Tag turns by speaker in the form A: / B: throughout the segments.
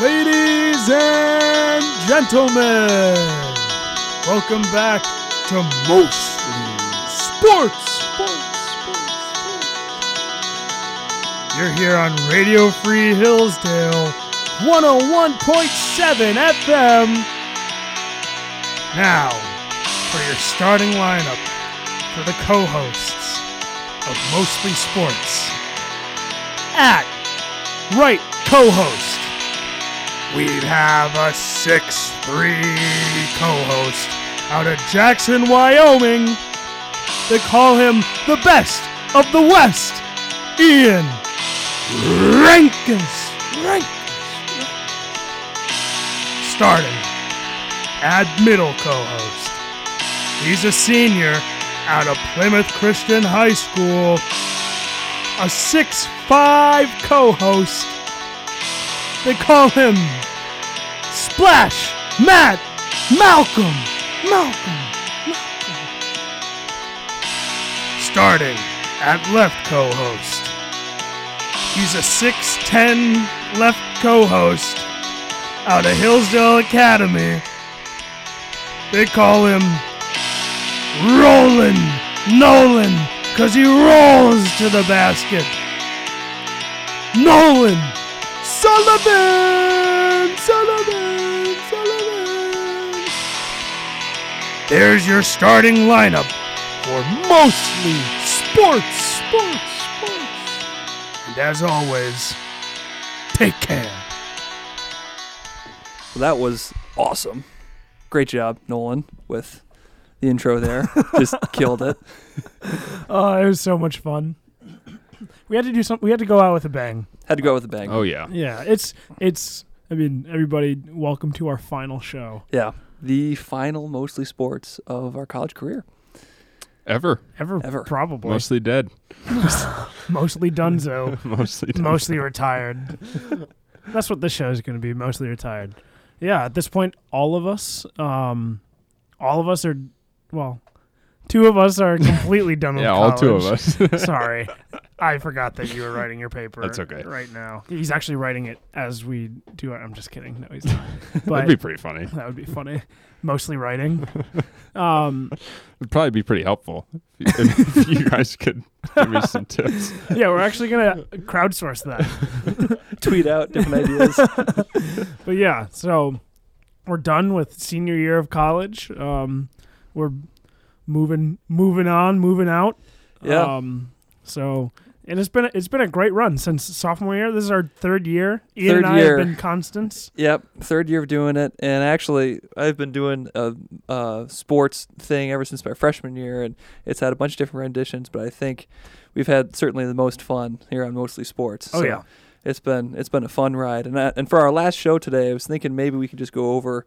A: Ladies and gentlemen, welcome back to Mostly Sports. Sports, sports, sports. You're here on Radio Free Hillsdale, 101.7 FM. Now, for your starting lineup for the co hosts of Mostly Sports. At right co host, we have a 6 3 co host out of Jackson, Wyoming. They call him the best of the West, Ian Rankus. Starting at middle co host. He's a senior out of Plymouth Christian High School, a 6'5 co host. They call him Splash Matt Malcolm. Malcolm. starting at left co host. He's a 6'10 left co host out of Hillsdale Academy. They call him Roland Nolan because he rolls to the basket. Nolan Sullivan! Sullivan! Sullivan! There's your starting lineup for mostly sports, sports, sports. And as always, take care.
B: Well, that was awesome. Great job, Nolan, with the intro there. Just killed it.
A: Oh, it was so much fun. We had to do something. We had to go out with a bang.
B: Had to go out with a bang.
C: Oh yeah.
A: Yeah, it's it's. I mean, everybody, welcome to our final show
B: Yeah. The final mostly sports of our college career.
C: Ever.
A: ever.
B: Ever.
A: probably
C: Mostly dead.
A: mostly Dunzo,
C: Mostly dead.
A: mostly retired. That's what this show is going to be. Mostly retired. Yeah, at this point, all of us, um, all of us are well. Two of us are completely done with
C: yeah, all two of
A: college.
C: us.
A: Sorry, I forgot that you were writing your paper.
C: That's okay.
A: Right now, he's actually writing it as we do. it. I'm just kidding. No, he's not. But
C: That'd be pretty funny.
A: that would be funny. Mostly writing. Um,
C: It'd probably be pretty helpful if you, if you guys could give me some tips.
A: yeah, we're actually gonna crowdsource that.
B: Tweet out different ideas.
A: But yeah, so we're done with senior year of college. Um, we're moving, moving on, moving out.
B: Yeah.
A: Um, so. And it's been it's been a great run since sophomore year. This is our third year. Ian
B: Third
A: and I
B: year.
A: have been constants.
B: Yep. Third year of doing it. And actually, I've been doing a, a sports thing ever since my freshman year. And it's had a bunch of different renditions, but I think we've had certainly the most fun here on Mostly Sports.
A: Oh
B: So
A: yeah,
B: it's been it's been a fun ride and I, and for our last show today i was thinking maybe we could just go over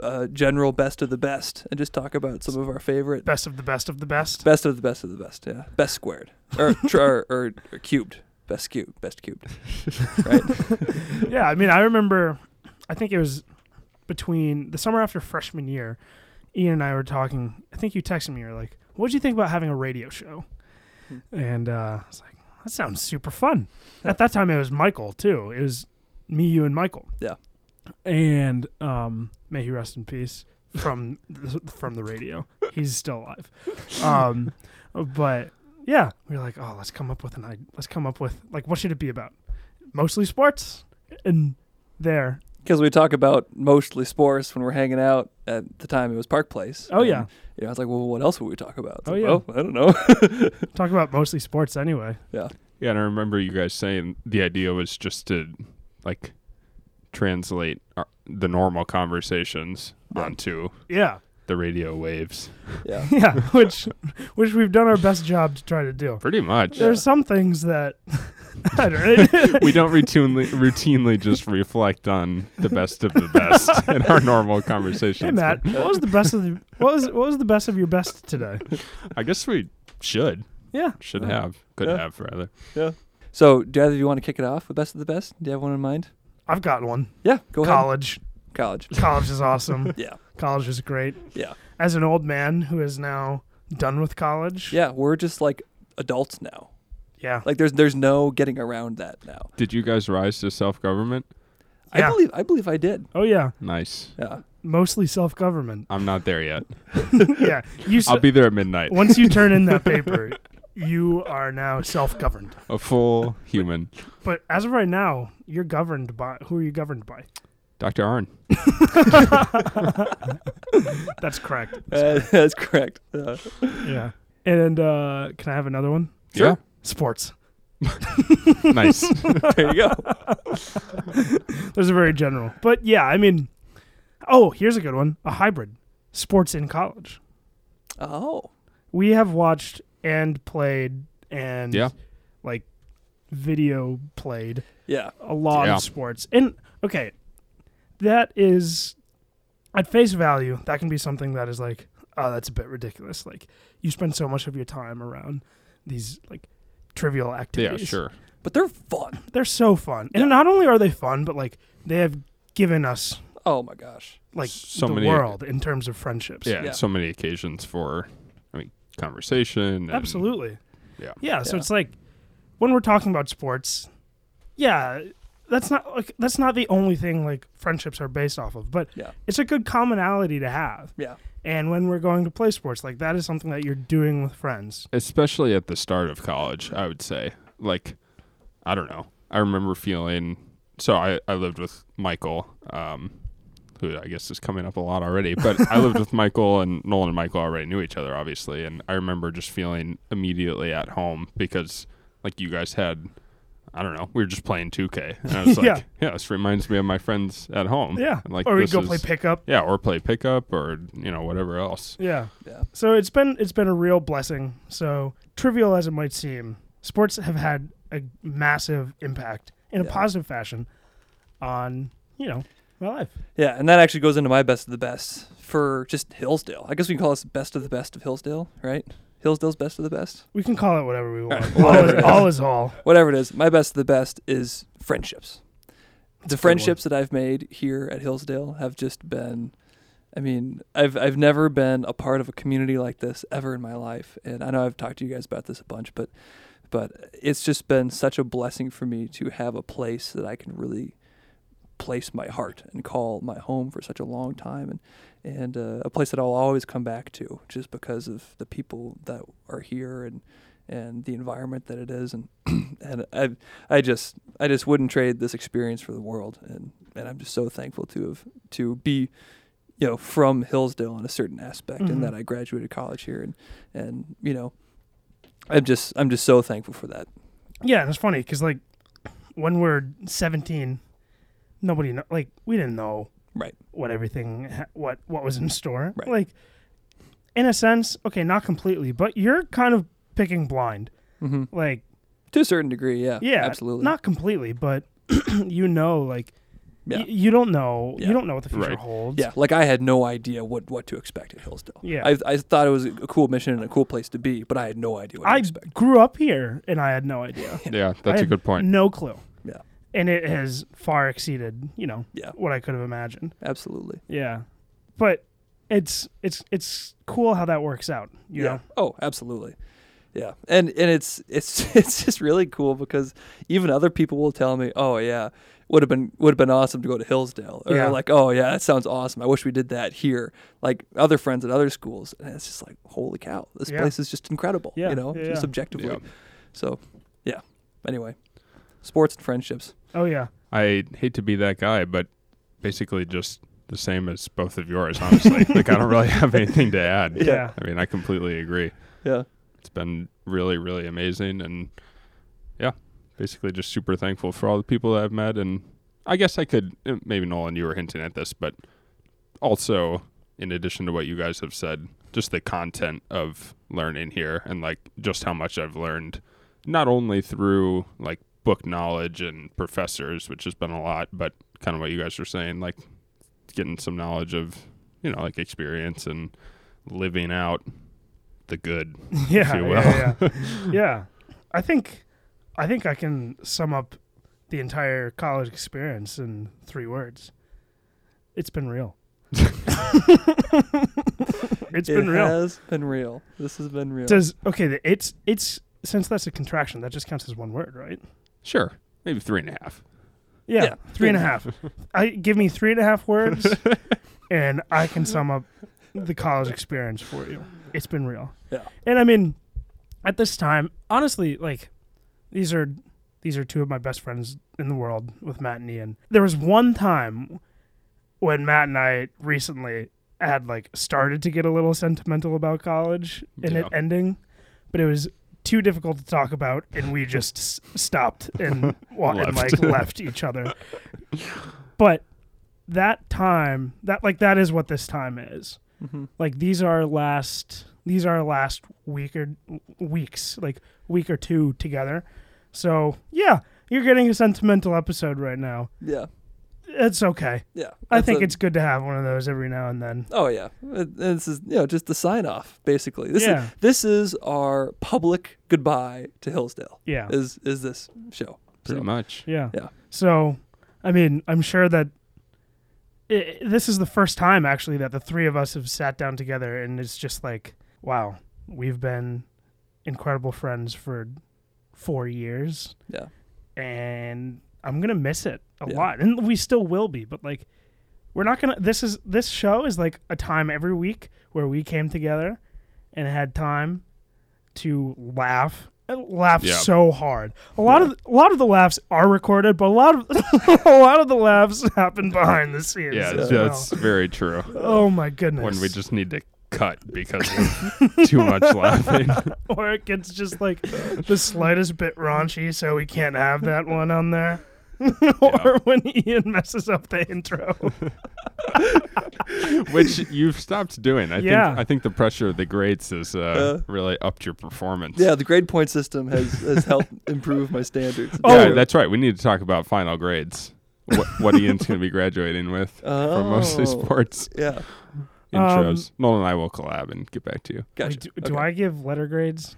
B: uh, general best of the best and just talk about some of our favorite
A: best of the best of the best.
B: best of the best of the best yeah best squared or tr- or, or, or cubed best cubed best cubed right
A: yeah, I mean, I remember. I think it was between the summer after freshman year. Ian and I were talking. I think you texted me. You're like, "What would you think about having a radio show?" And uh, I was like, "That sounds super fun." At that time, it was Michael too. It was me, you, and Michael.
B: Yeah.
A: And um, may he rest in peace from the, from the radio. He's still alive. Um, but yeah, we were like, "Oh, let's come up with an idea. Let's come up with like, what should it be about?" Mostly sports and there.
B: because we talk about mostly sports when we're hanging out at the time it was park place
A: Oh, yeah.
B: And, you know, i was like well what else would we talk about It's
A: Oh,
B: like,
A: yeah.
B: well, i don't know
A: Talk about mostly sports anyway.
C: Yeah, and I remember you guys saying the idea was just to like translate our, the normal conversations onto
A: Yeah.
C: the radio waves.
B: yeah
A: Yeah, which which we've done our best job to try to do.
C: Pretty much.
A: There's some things that I don't know.
C: We don't routinely routinely just reflect on the best of the best in our normal conversations.
A: Hey Matt, what was the best of the what was what was the best of your best today?
C: I guess we should
A: Yeah.
C: should
B: Uh,
C: have could
B: yeah.
C: have rather.
B: so do either of you want to kick it off with best of the best do you have one in mind
A: I've got one.
B: yeah go ahead
A: College.
B: college
A: College is awesome.
B: yeah
A: College is great.
B: yeah
A: As an old man who is now done with college.
B: yeah we're just like adults now
A: Yeah.
B: Like there's there's no getting around that now.
C: Did you guys rise to self government?
A: Yeah.
B: I believe I believe I did.
A: Oh yeah,
C: Nice.
B: Yeah.
A: mostly self-government.
C: I'm not there yet.
A: yeah, you.
C: I'll
A: So,
C: be there at midnight.
A: once you turn in that paper, you are now self-governed.
C: A full human.
A: But as of right now, you're governed by who are you governed by?
C: Dr. Arn.
A: That's correct.
B: Uh, that's correct. Uh,
A: Yeah. And uh, can I have another one?
C: Yeah.
A: Sports.
C: nice.
B: there you go.
A: Those are very general. But yeah, I mean, oh, here's a good one: a hybrid sports in college.
B: Oh.
A: We have watched and played and
C: Yeah.
A: like video played
B: Yeah.
A: a lot
C: Yeah.
A: of sports. And okay, that is at face value, that can be something that is like, oh, that's a bit ridiculous. Like you spend so much of your time around these like trivial
C: Yeah,
A: activities.
C: sure.
B: But they're fun.
A: They're so fun. And not only are they fun, but like they have given us
B: Oh my gosh.
A: like
C: So
A: the
C: many-
A: world in terms of friendships.
C: Yeah,
B: Yeah.
C: so many occasions for I mean conversation. and-
A: Absolutely.
C: Yeah.
A: Yeah. So
B: Yeah.
A: it's like when we're talking about sports, yeah, that's not like that's not the only thing like friendships are based off of, but
B: Yeah.
A: it's a good commonality to have.
B: Yeah.
A: And when we're going to play sports, like that is something that you're doing with friends.
C: especially at the start of college, I would say. Like, I don't know. I remember feeling so I, I lived with Michael, um, who I guess is coming up a lot already, but I lived with Michael and Nolan and Michael already knew each other, obviously. And I remember just feeling immediately at home because, like, you guys had, I don't know, we were just playing 2K. And I was like,
A: Yeah.
C: yeah. this reminds me of my friends at home.
A: Yeah.
C: And, like,
A: or we
C: this
A: go
C: is-
A: play pickup.
C: Yeah, or play pickup or, you know, whatever else.
A: Yeah.
B: Yeah.
A: So it's been it's been a real blessing. So trivial as it might seem, sports have had a massive impact in a
B: Yeah.
A: positive fashion on, you know, my life.
B: Yeah, and that actually goes into my best of the best for just Hillsdale. I guess we can call this best of the best of Hillsdale, right? Hillsdale's best of the best.
A: We can call it whatever we want.
B: Well,
A: all,
B: there
A: is,
B: it
A: all is all.
B: Whatever it is, my best of the best is friendships. The
A: good one.
B: friendships that I've made here at Hillsdale have just been I mean, I've I've never been a part of a community like this ever in my life. And I know I've talked to you guys about this a bunch, but but it's just been such a blessing for me to have a place that I can really place my heart and call my home for such a long time and and uh, a place that I'll always come back to just because of the people that are here and and the environment that it is and and I I just I just wouldn't trade this experience for the world and and I'm just so thankful to have to be you know from Hillsdale in a certain aspect
A: Mhm.
B: and that I graduated college here and and you know I'm just I'm just so thankful for that
A: Yeah, and it's funny because like when we're 17, nobody kno- like we didn't know
B: Right.
A: what everything ha- what what was in store.
B: Right.
A: Like in a sense, okay, not completely, but you're kind of picking blind.
B: mm-hmm.
A: Like
B: to a certain degree yeah
A: yeah,
B: absolutely
A: not completely, but you know, like y-
B: Yeah.
A: you don't know
B: Yeah.
A: you don't know what the future
C: Right.
A: holds.
B: Yeah, like I had no idea what, what to expect at Hillsdale.
A: Yeah.
B: I, I thought it was a cool mission and a cool place to be, but I had no idea what to
A: I
B: expect.
A: grew up here and I had no idea.
C: Yeah,
A: I
C: that's a
A: had
C: good point.
A: No clue.
B: Yeah.
A: And it has far exceeded, you know,
B: Yeah.
A: what I could have imagined.
B: Absolutely.
A: Yeah, but it's it's it's cool how that works out. You
B: yeah.
A: know?
B: Oh, absolutely. Yeah. And and it's it's it's just really cool because even other people will tell me, "Oh yeah, would have been would have been awesome to go to Hillsdale." Or
A: Yeah.
B: like, "Oh yeah, that sounds awesome. I wish we did that here." Like other friends at other schools, and it's just like, "Holy cow. This
A: Yeah.
B: place is just incredible."
A: Yeah,
B: You know,
A: yeah,
B: just
A: yeah.
B: objectively.
C: Yeah.
B: So, yeah. Anyway, sports and friendships.
A: Oh yeah,
C: I hate to be that guy, but basically just the same as both of yours, honestly. like I don't really have anything to add.
A: yeah, yeah.
C: I mean, I completely agree.
B: Yeah.
C: It's been really, really amazing and yeah, basically just super thankful for all the people that I've met and I guess I could eh, maybe Nolan you were hinting at this, but also in addition to what you guys have said, just the content of learning here and like just how much I've learned not only through like book knowledge and professors, which has been a lot, but kind of what you guys were saying, like getting some knowledge of, you know, like experience and living out the good.
A: yeah,
C: you
A: yeah, Yeah. I think I think I can sum up the entire college experience in three words. It's been real. It's
B: It
A: been real.
B: has been real. This has been real.
A: Does okay? the- It's it's since that's a contraction, that just counts as one word, right?
C: Sure. Maybe three and a half.
A: Yeah,
B: Yeah.
A: three and a half. I give me three and a half words, and I can sum up the college experience for you. It's been real.
B: Yeah.
A: And I mean, at this time, honestly, like these are these are two of my best friends in the world with Matt and Ian. There was one time when Matt and I recently had like started to get a little sentimental about college and it
C: Yeah.
A: ending, but it was too difficult to talk about, and we just s- stopped and, wa- and like
C: Left.
A: left each other. But that time, that like that is what this time is.
B: Mm-hmm.
A: Like these are last, these are last week or weeks, like week or two together. So yeah, you're getting a sentimental episode right now.
B: Yeah.
A: It's okay.
B: Yeah.
A: I
B: That's
A: think
B: a-
A: it's good to have one of those every now and then.
B: Oh yeah, Uh, this is you know just the sign off basically. This
A: Yeah.
B: is this is our public goodbye to Hillsdale.
A: Yeah.
B: Is is this show?
C: Pretty
B: So,
C: much.
A: Yeah.
B: Yeah.
A: So, I mean, I'm sure that i this is the first time actually that the three of us have sat down together, and it's just like, wow, we've been incredible friends for four years,
B: Yeah.
A: and I'm gonna miss it a
B: Yeah.
A: lot, and we still will be, but like, we're not gonna. This is this show is like a time every week where we came together and had time to laugh laugh
C: Yeah.
A: so hard. A lot of a lot of the laughs are recorded, but a lot of a lot of the laughs happen behind the scenes.
C: Yeah,
A: as
C: that's very true.
A: well. Oh my goodness.
C: When we just need to cut because of too much laughing.
A: or it gets just like the slightest bit raunchy, so we can't have that one on there. or when Ian messes up the intro.
C: Which you've stopped doing. I
A: Yeah.
C: think I think the pressure of the greats has uh,
B: Uh,
C: really upped your performance.
B: Yeah, the grade point system has has helped improve my standards.
C: Yeah,
A: Oh.
C: that's right. We need to talk about final grades. What, what Ian's going to be graduating with
B: oh.
C: from mostly sports
B: Yeah,
A: Um,
C: intros. Nolan and I will collab and get back to you.
B: gotcha.
A: Wait, do, do
B: Okay.
A: I give letter grades?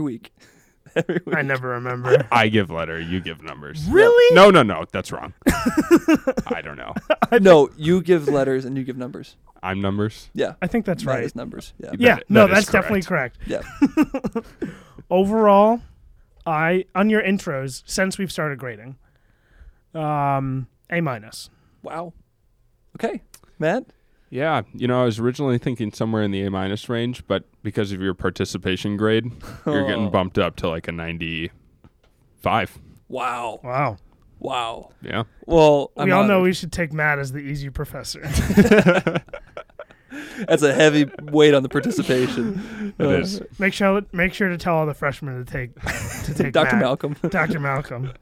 B: week? every week.
A: I never remember.
C: I give letter, you give numbers.
A: really?
C: No, no, no. That's wrong. I don't know.
B: no, you give letters and you give numbers.
C: I'm numbers.
B: Yeah,
A: I think that's
B: Matt
A: right.
B: is numbers. Yeah,
C: You
A: Yeah,
C: That-
A: no,
C: that is
A: that's definitely correct.
B: yeah.
A: overall, I on your intros since we've started grading, um, A minus.
B: Wow. Okay, Matt.
C: Yeah, you know, I was originally thinking somewhere in the A minus range, but because of your participation grade, you're
B: Oh.
C: getting bumped up to like a 95.
B: Wow.
A: Wow.
B: Wow.
C: Yeah.
B: Well, I'm
A: we all know
B: honored.
A: we should take Matt as the easy professor.
B: that's a heavy weight on the participation.
C: It
B: Uh,
C: is.
A: make sure make sure to tell all the freshmen to take to take
B: Dr.
A: Matt.
B: Malcolm.
A: Dr. Malcolm.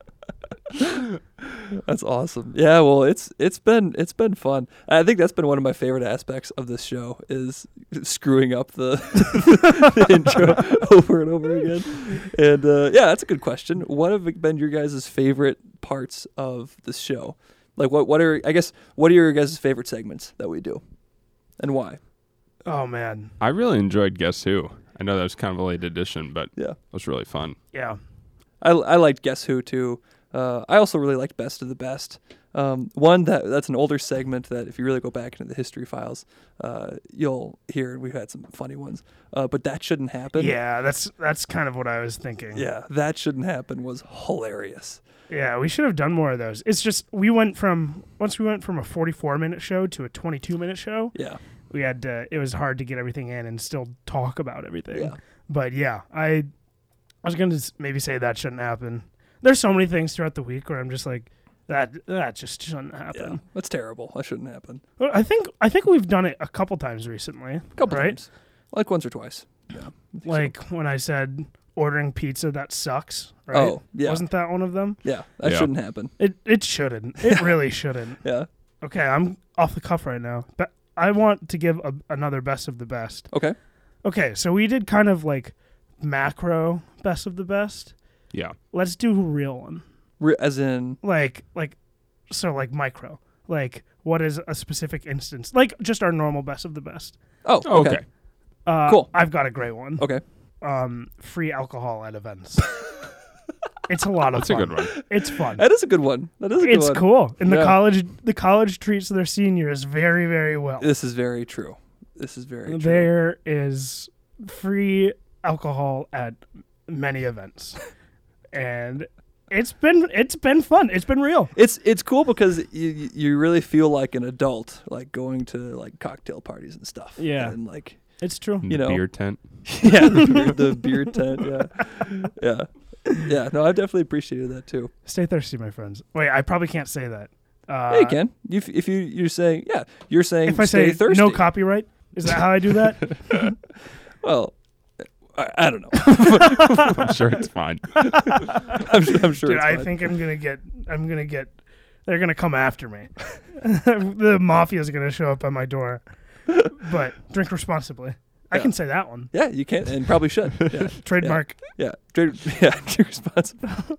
B: That's awesome. Yeah, well, it's it's been it's been fun. I think that's been one of my favorite aspects of this show is screwing up the, the intro over and over again. And uh, yeah, that's a good question. What have been your guys' favorite parts of this show? Like, what what are I guess what are your guys' favorite segments that we do, and why?
A: Oh man.
C: I really enjoyed Guess Who. I know that was kind of a late edition, but
B: Yeah.
C: it was really fun.
A: Yeah.
B: I, I liked Guess Who too. Uh, I also really liked Best of the Best. Um, one that that's an older segment that if you really go back into the history files, uh, you'll hear. and We've had some funny ones, uh, but that shouldn't happen.
A: Yeah, that's that's kind of what I was thinking.
B: yeah, that shouldn't happen was hilarious.
A: Yeah, we should have done more of those. It's just we went from once we went from a 44 minute show to a 22 minute show,
B: Yeah,
A: we had to, it was hard to get everything in and still talk about everything.
B: yeah,
A: But yeah, I I was gonna s- maybe say that shouldn't happen. There's so many things throughout the week where I'm just like that that just shouldn't
B: yeah.
A: happen.
B: That's terrible. That shouldn't happen.
A: Well, I think I think we've done it a couple times recently.
B: A couple
A: Right.
B: times, like once or twice. Yeah. I think so.
A: Like when I said ordering pizza that sucks, right?
B: oh yeah,
A: Wasn't that one of them?
B: yeah. That
C: Yeah.
B: shouldn't happen.
A: It it shouldn't. It really shouldn't.
B: Yeah.
A: Okay, I'm off the cuff right now. But I want to give a, another best of the best.
B: Okay.
A: Okay, so we did kind of like macro best of the best.
C: Yeah.
A: Let's do a real one.
B: Re- as in,
A: Like like so like micro. Like what is a specific instance? Like just our normal best of the best.
B: oh
C: Oh, okay.
B: okay.
A: Uh,
B: Cool. Oh.
A: I've got a great one.
B: Okay.
A: Um, free alcohol at events. it's a lot of
C: That's a
A: fun.
C: good one.
A: It's fun.
B: That is a good one. That is a good
A: It's
B: one.
A: cool. And the
B: Yeah.
A: college the college treats their seniors very very well.
B: This is very true. This is very true.
A: There is free alcohol at many events, and it's been it's been fun. It's been real.
B: It's it's cool because you you- you really feel like an adult, like going to like cocktail parties and stuff.
A: Yeah.
B: and like
A: It's true.
B: You know.
C: beer tent.
B: yeah, the beer, the beer tent. Yeah, yeah, yeah. No, I've definitely appreciated that too.
A: Stay thirsty, my friends. Wait, I probably can't say that. Uh,
B: yeah, you can. If, if you you're saying yeah, you're saying
A: If I
B: stay
A: say
B: thirsty.
A: no copyright, is that how I do that?
B: well, I, I don't know.
C: I'm sure it's fine.
B: I'm, su- I'm sure.
A: Dude,
B: it's
A: I
B: fine.
A: think I'm gonna get. I'm gonna get. They're gonna come after me. the mafia's gonna show up at my door. But drink responsibly. I
B: Yeah.
A: can say that one.
B: Yeah, you can and probably should. Yeah,
A: Trademark.
B: yeah, drink, yeah, drink responsible.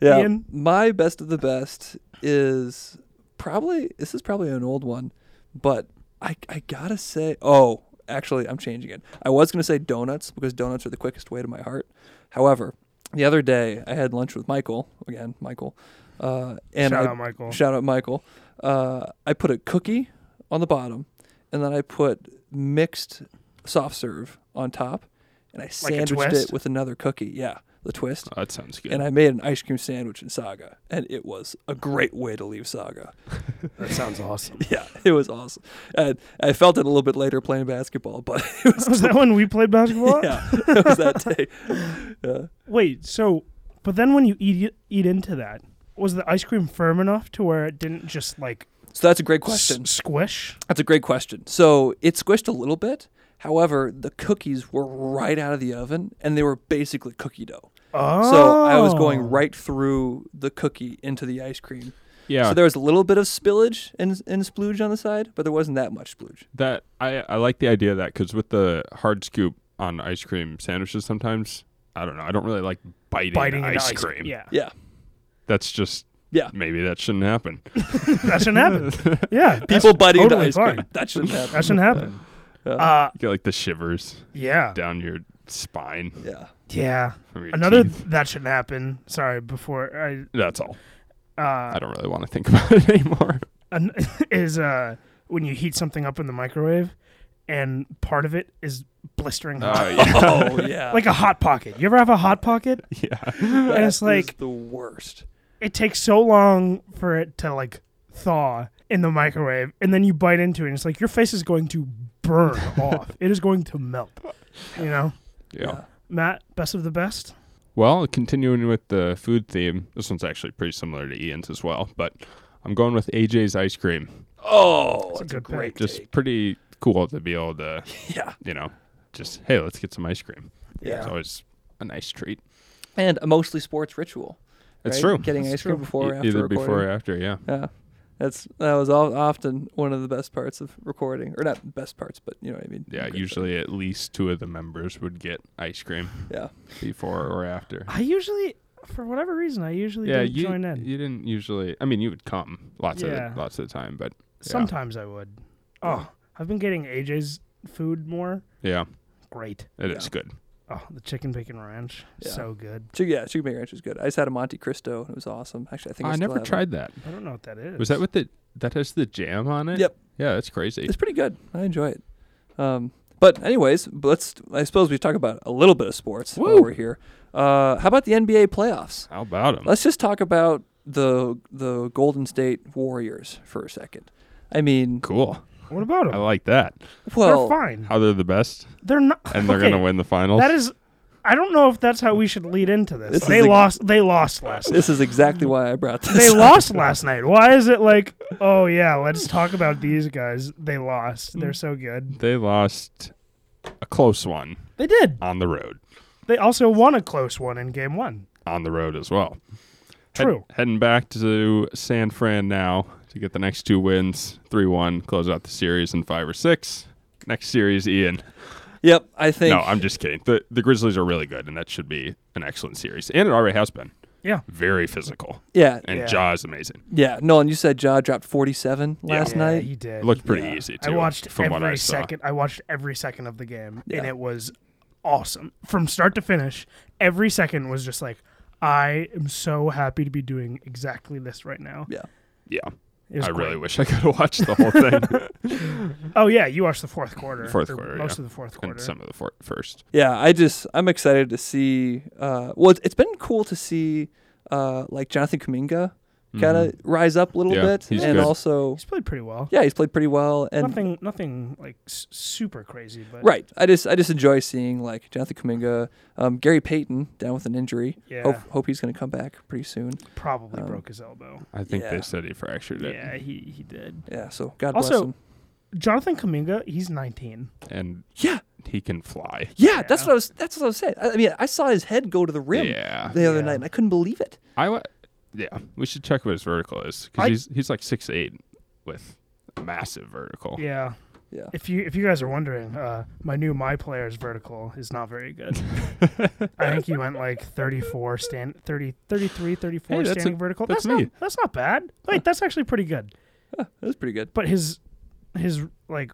B: yeah,
A: Ian?
B: my best of the best is probably this is probably an old one, but I I gotta say oh actually I'm changing it. I was gonna say donuts because donuts are the quickest way to my heart. However, the other day I had lunch with Michael again, Michael, uh, and
A: Shout
B: I,
A: out, Michael.
B: Shout out Michael. Uh, I put a cookie on the bottom, and then I put mixed soft serve on top, and I
A: Like a
B: sandwiched
A: twist? Oh,
B: it with another cookie. Yeah, the twist.
C: Oh, that sounds good.
B: And I made an ice cream sandwich in Saga, and it was a great way to leave Saga.
A: That sounds awesome.
B: Yeah, it was awesome. And I felt it a little bit later playing basketball, but it was
A: Was that when we played basketball?
B: yeah, it was that day. Yeah.
A: Wait, so but then when you eat eat into that, was the ice cream firm enough to where it didn't just like
B: So that's a great
A: s-
B: question.
A: squish?
B: That's a great question. So it squished a little bit. However, the cookies were right out of the oven and they were basically cookie dough.
A: Oh,
B: So I was going right through the cookie into the ice cream.
C: yeah,
B: So there was a little bit of spillage and, and splooge on the side, but there wasn't that much splooge.
C: that I I like the idea of that because with the hard scoop on ice cream sandwiches, sometimes I don't know. I don't really like biting,
A: biting into
C: ice, cream.
A: Yeah,
B: Yeah.
C: that's just
B: Yeah.
C: Maybe that shouldn't happen.
A: that shouldn't happen. Yeah, that's
B: People biting into
A: totally
B: ice
A: fine.
B: cream. That shouldn't happen.
A: That shouldn't happen. Uh,
C: You get like the shivers
A: yeah,
C: down your spine.
B: yeah.
A: yeah.
C: from your
A: Another
C: teeth.
A: that shouldn't happen. Sorry, before
C: That's all.
A: I uh,
C: I don't really want to think about it anymore.
A: an, is uh when you heat something up in the microwave, and part of it is blistering hot,
B: Oh, yeah.
A: like a hot pocket. You ever have a hot pocket?
C: yeah.
B: That
A: and it's
B: is
A: like-
B: the worst.
A: it takes so long for it to like thaw in the microwave and then you bite into it and it's like your face is going to burn off it is going to melt you know
C: yeah.
A: matt best of the best
C: Well, continuing with the food theme, this one's actually pretty similar to Ian's as well, but I'm going with AJ's ice cream.
A: It's a
B: Oh, that's a
A: good pick.
B: great
C: Just
B: take.
C: pretty cool to be able to,
B: Yeah.
C: you know, just hey, let's get some ice cream.
B: Yeah.
C: It's always a nice treat.
B: And a mostly sports ritual.
C: It's
B: right?
C: true.
B: Getting
A: It's
B: ice cream
A: true.
B: before or
C: E-
B: after
C: either
B: recording.
C: before or after, yeah.
B: Yeah, that's that was all, often one of the best parts of recording, or not best parts, but you know what I mean.
C: Yeah,
B: Good
C: usually at least two of the members would get ice cream
B: stuff. Yeah,
C: before or after.
A: i usually for whatever reason i usually
C: yeah,
A: don't
C: you,
A: join in
C: you didn't usually. I mean, you would come lots
A: Yeah.
C: of the, lots of the time, but
A: sometimes i would oh i've been getting aj's food more
C: yeah,
A: great
C: it is
B: Yeah.
C: good.
A: oh the chicken bcken ranch
B: Yeah.
A: so good
B: Chi- yeah, chicken bacon ranch is good. I just had a Monte Cristo and it was awesome. Actually, I think
C: I,
B: still
C: never
B: have it.
C: tried that.
A: i don't know what that is
C: Was that with the that has the jam on it?
B: Yep.
C: Yeah, that's crazy.
B: It's pretty good. I enjoy it. Um, but anyways, b- let's. I suppose we talk about a little bit of sports while
C: Woo.
B: we're here. Uh, how about the NBA playoffs?
C: How about them?
B: Let's just talk about the the Golden State Warriors for a second. I mean,
C: Cool.
A: what about
C: I
A: them
C: like that.
B: well,
A: they're fine
C: How they're the best,
A: they're not
C: and they're
A: okay.
C: gonna win the finals.
A: That is, I don't know if that's how we should lead into this.
B: This
A: they
B: is ex-
A: lost. They lost last. night.
B: this is exactly why I brought this.
A: They
B: up.
A: lost last night. Why is it like, oh yeah, let's talk about these guys. They lost. They're so good.
C: they lost a close one
A: They did.
C: on the road,
A: They also won a close one in game one.
C: on the road as well. Head-
A: True.
C: heading back to San Fran now to get the next two wins, three one, close out the series in five or six. Next series, Ian.
B: Yep, I think.
C: No, I'm just kidding. The the Grizzlies are really good, and that should be an excellent series, and it already has been.
A: Yeah.
C: Very physical,
B: yeah,
C: and
A: Yeah.
C: Jaw is amazing.
B: Yeah, Nolan, you said Ja dropped 47
C: Yeah.
B: last
A: yeah,
B: night.
A: he did.
C: It looked pretty
B: Yeah.
C: easy too.
A: I watched
C: from what I
A: every
C: saw.
A: second. I watched every second of the game,
B: Yeah.
A: and it was awesome from start to finish. Every second was just like, I am so happy to be doing exactly this right now.
B: yeah.
C: Yeah,
A: It was
C: I really
A: great.
C: wish I could watch the whole thing
A: Oh yeah, you watched the fourth quarter.
C: Fourth
A: or
C: quarter,
A: Most
C: yeah.
A: of the fourth quarter.
C: and some of the for- first.
B: yeah, I just I'm excited to see. Uh, well, it's, it's been cool to see uh, like Jonathan Kuminga kind of rise up a little
C: Mm-hmm. Yeah,
B: bit,
C: he's
B: and
C: good.
B: also
A: He's played pretty well.
B: yeah, he's played pretty well. And
A: nothing, nothing like s- super crazy, but
B: right, I just I just enjoy seeing like Jonathan Kuminga, um, Gary Payton down with an injury.
A: Yeah,
B: Hope hope he's going to come back pretty soon.
A: probably
B: um,
A: broke his elbow.
C: I think
B: Yeah.
C: they said he fractured it.
A: Yeah, he he did.
B: Yeah, so God bless
A: Also-
B: him.
A: Jonathan Kaminga, he's 19.
C: And
B: Yeah,
C: he can fly.
B: yeah, that's
A: Yeah.
B: what I was. That's what I was saying. I, I mean, I saw his head go to the rim
C: Yeah.
B: the other
A: Yeah.
B: night, and I couldn't believe it.
C: I wa- yeah, we should check what his vertical
A: I-
C: is because he's he's like six eight with a massive vertical.
A: Yeah.
B: Yeah,
A: If you if you guys are wondering, uh, my new my player's vertical is not very good. I think he went like 34 stand 30 33 34
C: Hey, that's
A: standing
C: a-
A: vertical.
C: that's
A: not
C: me.
A: that's not bad. Wait, that's actually pretty good.
B: Huh, that was pretty good.
A: But his his like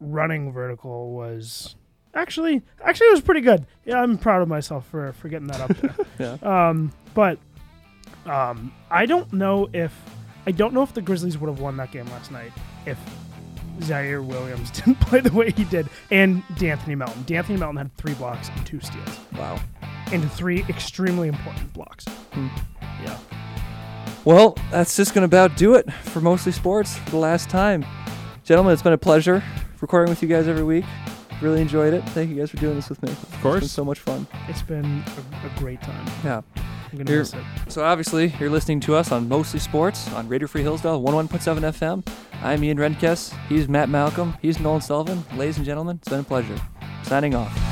A: running vertical was actually actually it was pretty good. Yeah, I'm proud of myself for for getting that up. there.
B: Yeah.
A: Um, but um, I don't know if I don't know if the Grizzlies would have won that game last night if Zaire Williams didn't play the way he did, and D'Anthony Melton. D'Anthony Melton had three blocks and two steals,
B: Wow.
A: and three extremely important blocks. Yeah.
B: Well, that's just going to about do it for Mostly Sports for the last time. Gentlemen, it's been a pleasure recording with you guys every week. Really enjoyed it. Thank you guys for doing this with me.
C: Of
B: It's been
C: course.
B: so much fun.
A: It's been a, a great time.
B: Yeah.
A: I'm gonna
B: Here-
A: miss it.
B: So obviously, you're listening to us on Mostly Sports on Radio Free Hillsdale 101.7 FM. I'm Ian Redkess. He's Matt Malcolm. He's Nolan Sullivan. Ladies and gentlemen, it's been a pleasure. Signing off.